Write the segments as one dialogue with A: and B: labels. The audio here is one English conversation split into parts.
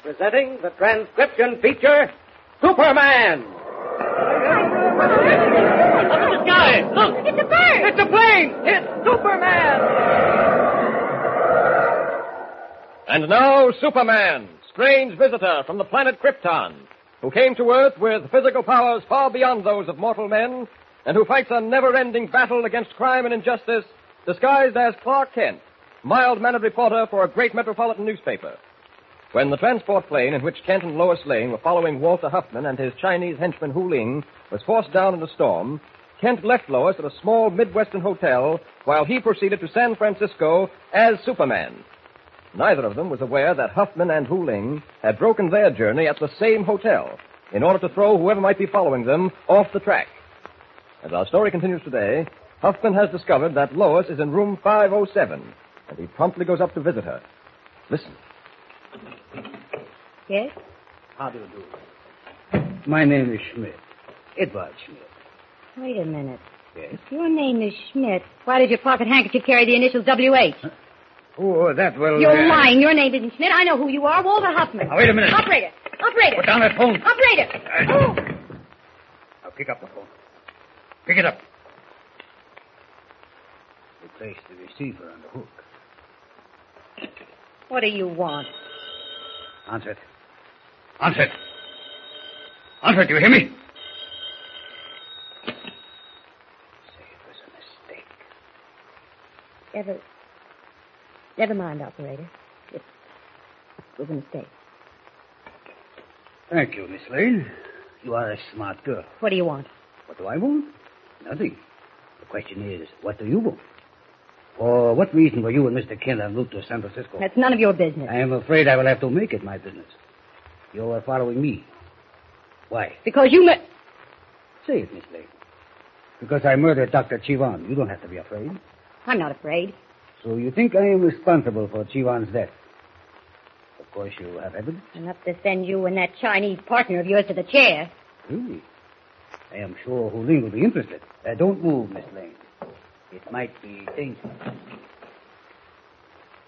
A: Presenting the transcription feature, Superman. Look at the sky! Look! It's a plane! It's a plane! It's Superman!
B: And now, Superman, strange visitor from the planet Krypton, who came to Earth with physical powers far beyond those of mortal men, and who fights a never ending battle against crime and injustice, disguised as Clark Kent, mild mannered reporter for a great metropolitan newspaper. When the transport plane in which Kent and Lois Lane were following Walter Huffman and his Chinese henchman Hu Ling was forced down in a storm, Kent left Lois at a small Midwestern hotel while he proceeded to San Francisco as Superman. Neither of them was aware that Huffman and Hu Ling had broken their journey at the same hotel in order to throw whoever might be following them off the track. As our story continues today, Huffman has discovered that Lois is in room 507, and he promptly goes up to visit her. Listen.
C: Yes?
A: How do you do? My name is Schmidt. Edward Schmidt.
C: Wait a minute.
A: Yes?
C: If your name is Schmidt, why does your pocket handkerchief carry the initials WH?
A: Uh, Oh, that will...
C: You're
A: uh,
C: lying. Your name isn't Schmidt. I know who you are. Walter Huffman.
A: Now, wait a minute.
C: Operator. Operator.
A: Put down that phone.
C: Operator. Oh.
A: Now, pick up the phone. Pick it up. You placed the receiver on the hook.
C: What do you want?
A: Answer it. Answer it. Answer it, do you hear me? Say it was a mistake.
C: Never. Never mind, operator. It was a mistake.
A: Thank you, Miss Lane. You are a smart girl.
C: What do you want?
A: What do I want? Nothing. The question is, what do you want? For what reason were you and Mr. Kent en route to San Francisco?
C: That's none of your business.
A: I am afraid I will have to make it my business. You are following me. Why?
C: Because you met.
A: Say it, Miss Lane. Because I murdered Dr. Chivan. You don't have to be afraid.
C: I'm not afraid.
A: So you think I am responsible for Chivan's death? Of course you have evidence.
C: Enough to send you and that Chinese partner of yours to the chair.
A: Really? I am sure Hu Ling will be interested. Uh, don't move, Miss Lane. It might be dangerous.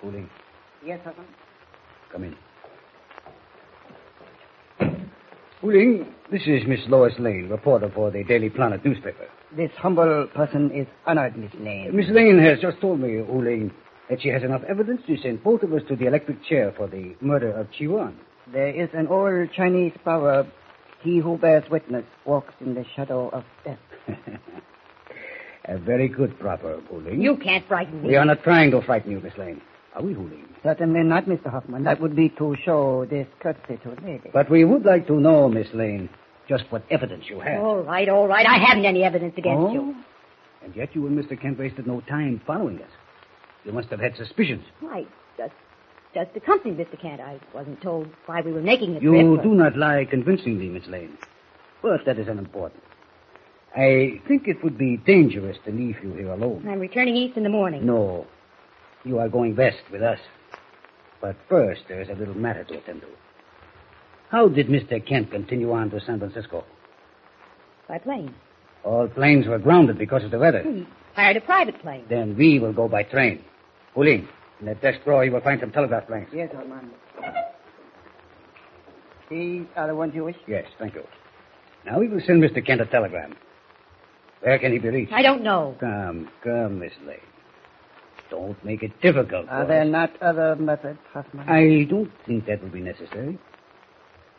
A: Hu Ling,
C: Yes, Huffman.
A: come in. Hu Ling, this is Miss Lois Lane, reporter for the Daily Planet newspaper.
D: This humble person is honored, Miss Lane.
A: Miss Lane has just told me, Hu Ling, that she has enough evidence to send both of us to the electric chair for the murder of Chi Wan.
D: There is an old Chinese proverb, he who bears witness walks in the shadow of death.
A: A very good proverb, Hu Ling.
C: You can't frighten me.
A: We are not trying to frighten you, Miss Lane. Are we, Hu Ling?
D: Certainly not, Mr. Hoffman. That would be to show discourtesy to a lady.
A: But we would like to know, Miss Lane, just what evidence you have.
D: Oh,
C: All right, all right. I haven't any evidence against
A: Oh?
C: you.
A: And yet you and Mr. Kent wasted no time following us. You must have had suspicions.
C: Why, just, just the company, Mr. Kent. I wasn't told why we were making the trip.
A: You
C: but-
A: do not lie convincingly, Miss Lane. But that is unimportant. I think it would be dangerous to leave you here alone.
C: I'm returning east in the morning.
A: No. You are going west with us. But first, there is a little matter to attend to. How did Mr. Kent continue on to San Francisco?
C: By plane.
A: All planes were grounded because of the weather.
C: He hired a private plane.
A: Then we will go by train. Huling, in that desk drawer you will find some telegraph blanks.
D: Yes, Hoffman. These are the ones you wish?
A: Yes, thank you. Now we will send Mr. Kent a telegram. Where can he be reached?
C: I don't know.
A: Come, come, Miss Lane. Don't make it difficult. for
D: Are there
A: us.
D: not other methods, Hoffman?
A: I don't think that will be necessary.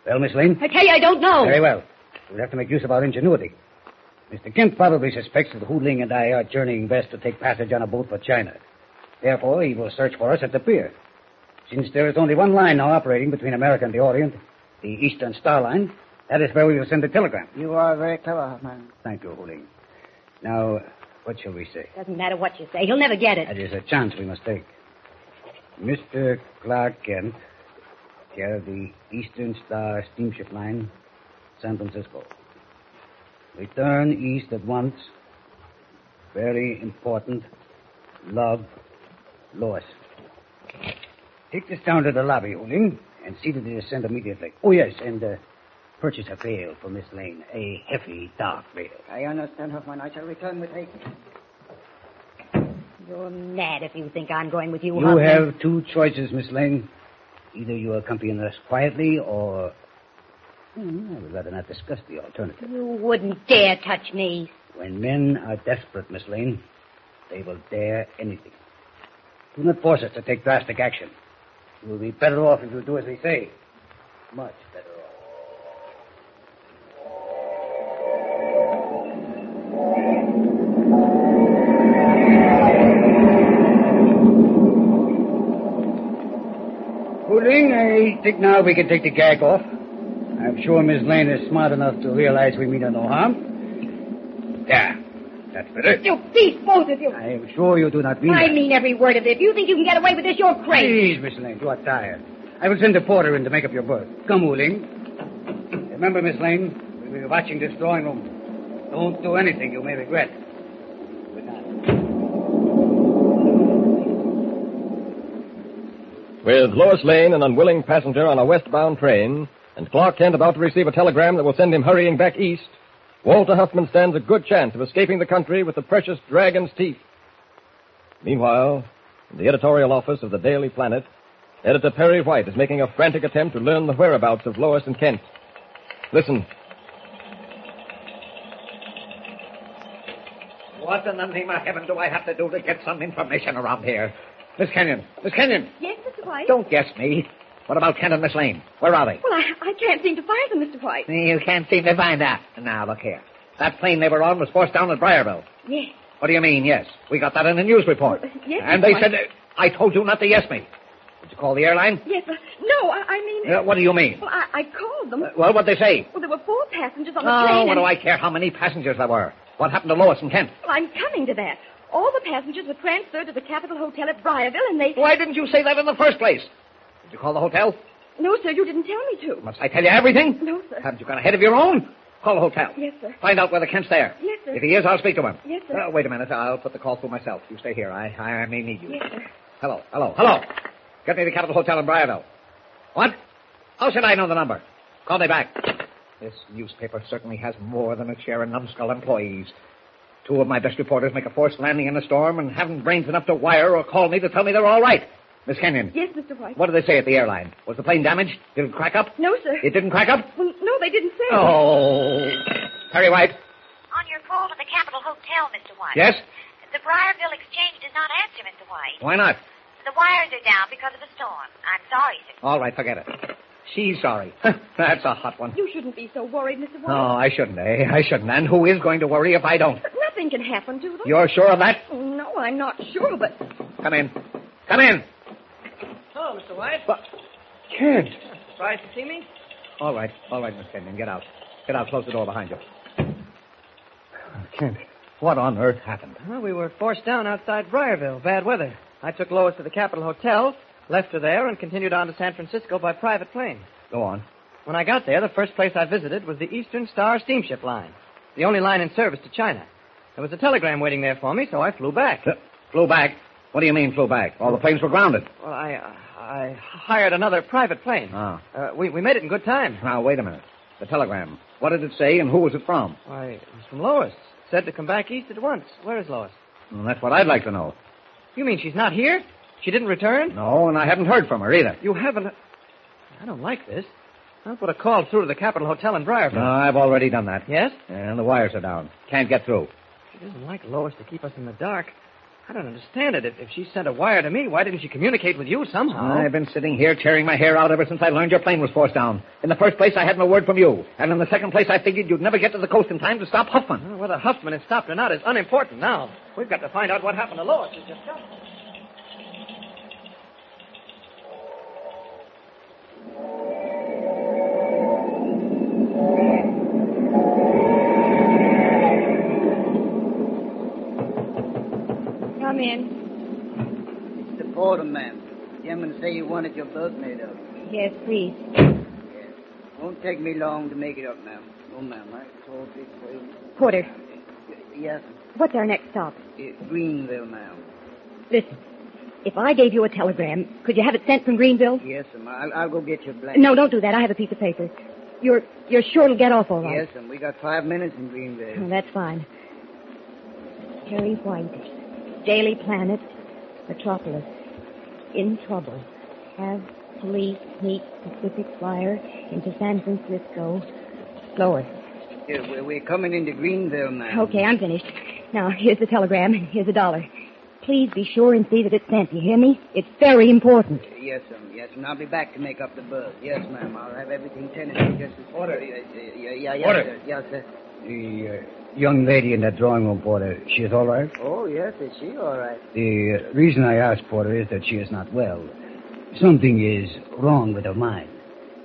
A: Well, Miss Lane?
C: I tell you, I don't know.
A: Very well. We'll have to make use of our ingenuity. Mr. Kent probably suspects that Hu Ling and I are journeying west to take passage on a boat for China. Therefore, he will search for us at the pier. Since there is only one line now operating between America and the Orient, the Eastern Star Line, that is where we will send the telegram.
D: You are very clever, Hoffman.
A: Thank you, Huling.
E: Now, what shall we say?
F: Doesn't matter what you say, he'll never get it.
E: That is a chance we must take. Mr. Clark Kent, care of the Eastern Star Steamship Line, San Francisco. Return east at once. Very important. Love, Lois. Take this down to the lobby, Oling, and see that it is sent immediately. Oh, yes, and uh, purchase a veil for Miss Lane. A heavy, dark veil.
G: I understand, Hoffman. I shall return with haste.
F: You're mad if you think I'm going with you,
E: You
F: Hoffman.
E: have two choices, Miss Lane. Either you accompany us quietly, or Hmm, I would rather not discuss the alternative.
F: You wouldn't dare touch me.
E: When men are desperate, Miss Lane, they will dare anything. Do not force us to take drastic action. You will be better off if you do as we say. Much better off. Pooling, I think now we can take the gag off. I'm sure Miss Lane is smart enough to realize we mean her no harm. There. That's better.
F: You beast, both of you.
E: I am sure you do not mean
F: I
E: that.
F: mean every word of it. If you think you can get away with this, you're crazy.
E: Please, Miss Lane, you are tired. I will send a porter in to make up your berth. Come, Wooling. Remember, Miss Lane, we will be watching this drawing room. Don't do anything you may regret. Good night.
B: With Lois Lane, an unwilling passenger on a westbound train, and Clark Kent about to receive a telegram that will send him hurrying back east, Walter Huffman stands a good chance of escaping the country with the precious dragon's teeth. Meanwhile, in the editorial office of the Daily Planet, editor Perry White is making a frantic attempt to learn the whereabouts of Lois and Kent. Listen.
A: What in the name of heaven do I have to do to get some information around here? Miss Kenyon, Miss Kenyon,
F: Yes, Mr. White.
A: don't guess me. What about Kent and Miss Lane? Where are they?
F: Well, I, I can't seem to find them, Mr. White.
A: You can't seem to find out. Now, look here. That plane they were on was forced down at Briarville.
F: Yes.
A: What do you mean, yes? We got that in the news report.
F: Well, yes,
A: and they
F: Mr.
A: said, uh, I told you not to yes me. Did you call the airline?
F: Yes, uh, no, I, I mean.
A: Uh, what do you mean? Uh,
F: Well, I, I called them.
A: Well, what'd they say?
F: well, there were four passengers on the
A: Oh,
F: plane.
A: what
F: and-
A: do I care how many passengers there were? What happened to Lois and Kent?
F: Well, I'm coming to that. All the passengers were transferred to the Capitol Hotel at Briarville, and they.
A: Why didn't you say that in the first place? Did you call the hotel?
F: No, sir, you didn't tell me to.
A: Must I tell you everything?
F: No, sir.
A: Haven't you got a head of your own? Call the hotel.
F: Yes, sir.
A: Find out whether Kent's there.
F: Yes, sir.
A: If he is, I'll speak to him.
F: Yes, sir.
A: Uh, wait a minute. I'll put the call through myself. You stay here. I, I, I may need you.
F: Yes, sir.
A: Hello, hello, hello. Get me the Capitol Hotel in Briarville. What? How should I know the number? Call me back. This newspaper certainly has more than its share of numbskull employees. Two of my best reporters make a forced landing in a storm and haven't brains enough to wire or call me to tell me they're all right. Miss Kenyon.
F: Yes, Mr. White.
A: What did they say at the airline? Was the plane damaged? Did it crack up?
F: No, sir.
A: It didn't crack up?
F: Well, no, they didn't say.
A: Oh. Harry White.
C: On your call to the Capitol Hotel, Mr. White.
A: Yes?
C: The Briarville Exchange did not answer, Mr. White.
A: Why not?
C: The wires are down because of the storm. I'm sorry, sir.
A: All right, forget it. She's sorry. That's a hot one.
F: You shouldn't be so worried, Mr.
A: Oh,
F: White.
A: I shouldn't, eh? I shouldn't. And who is going to worry if I don't?
F: But Nothing can happen to them.
A: You're sure of that?
F: Oh, No, I'm not sure, but
A: Come in. Come in.
H: Hello, Mr. White.
A: Kent.
H: Surprised to see me?
A: All right, all right, Miss Kenyon. Get out. Get out. Close the door behind you. Kent, what on earth happened?
H: Well, we were forced down outside Briarville. Bad weather. I took Lois to the Capitol Hotel, left her there, and continued on to San Francisco by private plane.
A: Go on.
H: When I got there, the first place I visited was the Eastern Star Steamship Line, the only line in service to China. There was a telegram waiting there for me, so I flew back.
A: Uh, flew back. What do you mean flew back? All the planes were grounded.
H: Well, I, I hired another private plane.
A: Ah.
H: Uh, we, we made it in good time.
A: Now, wait a minute. The telegram. What did it say and who was it from?
H: Why, it was from Lois. Said to come back east at once. Where is Lois?
A: Well, that's what I'd like to know.
H: You mean she's not here? She didn't return?
A: No, and I haven't heard from her either.
H: You haven't. I don't like this. I would have called through to the Capitol Hotel in Briarville.
A: No, I've already done that.
H: Yes?
A: And the wires are down. Can't get through.
H: She doesn't like Lois to keep us in the dark. I don't understand it. If, if she sent a wire to me, why didn't she communicate with you somehow?
A: I've been sitting here tearing my hair out ever since I learned your plane was forced down. In the first place, I hadn't a word from you. And in the second place, I figured you'd never get to the coast in time to stop Huffman.
H: Well, Whether Huffman has stopped or not is unimportant now. We've got to find out what happened to Lois. She's just gone.
I: Come in.
D: It's the porter, ma'am. Gentlemen say you wanted your boat made up.
I: Yes, please.
D: Won't take me long to make it up, ma'am. Oh, ma'am, I told big way.
C: Porter,
D: Yes,
C: what's our next stop?
D: it's Greenville, ma'am.
C: Listen, if I gave you a telegram, could you have it sent from Greenville?
D: Yes, ma'am. I'll, I'll go get your blanket.
C: No, don't do that. I have a piece of paper. You're you're sure it'll get off all right.
D: Yes, ma'am. We got five minutes in Greenville.
C: Oh, that's fine. Harry White, Daily Planet, Metropolis, in trouble. Have police sneak Pacific Flyer into San Francisco. Slower.
D: Yes, we're, we're coming into Greenville, ma'am.
C: Okay, I'm finished. Now, here's the telegram. Here's a dollar. Please be sure and see that it's sent. You hear me? It's very important.
D: Yes, ma'am. Yes, and I'll be back to make up the bill. Yes, ma'am. I'll have everything tended to just as order. uh, Yeah, yeah, yeah,
A: Order.
D: Sir. Yes, sir.
A: The uh, young lady in that drawing room, Porter, she is all right?
D: Oh, yes, is she all right?
A: The uh, reason I asked Porter is that she is not well. Something is wrong with her mind.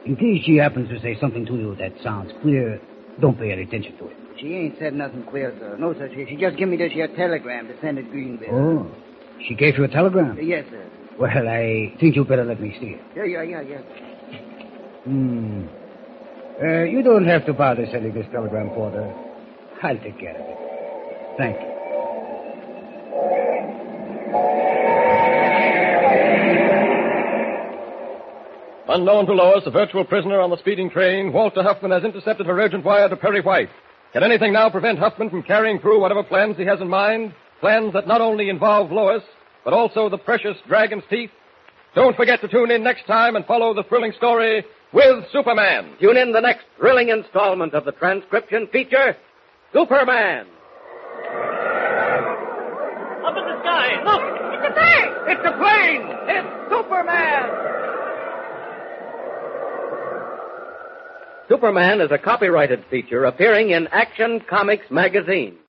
A: In case she happens to say something to you that sounds queer, don't pay any attention to it.
D: She ain't said nothing queer, sir. No, sir. She, she just give me this here telegram to send at Greenville.
A: Oh, she gave you a telegram?
D: Yes, sir.
A: Well, I think you better let me see it.
D: Yeah, yeah, yeah, yeah.
A: Hmm. Uh, you don't have to bother sending this telegram, Porter. I'll take care of it. Thank you.
B: Unknown to Lois, a virtual prisoner on the speeding train, Walter Huffman has intercepted her urgent wire to Perry White. Can anything now prevent Huffman from carrying through whatever plans he has in mind? Plans that not only involve Lois, but also the precious Dragon's Teeth? Don't forget to tune in next time and follow the thrilling story with Superman.
J: Tune in the next thrilling installment of the transcription feature, Superman.
K: Up in the sky. Look! It's a bird! It's a plane! It's Superman!
J: Superman is a copyrighted feature appearing in Action Comics magazine.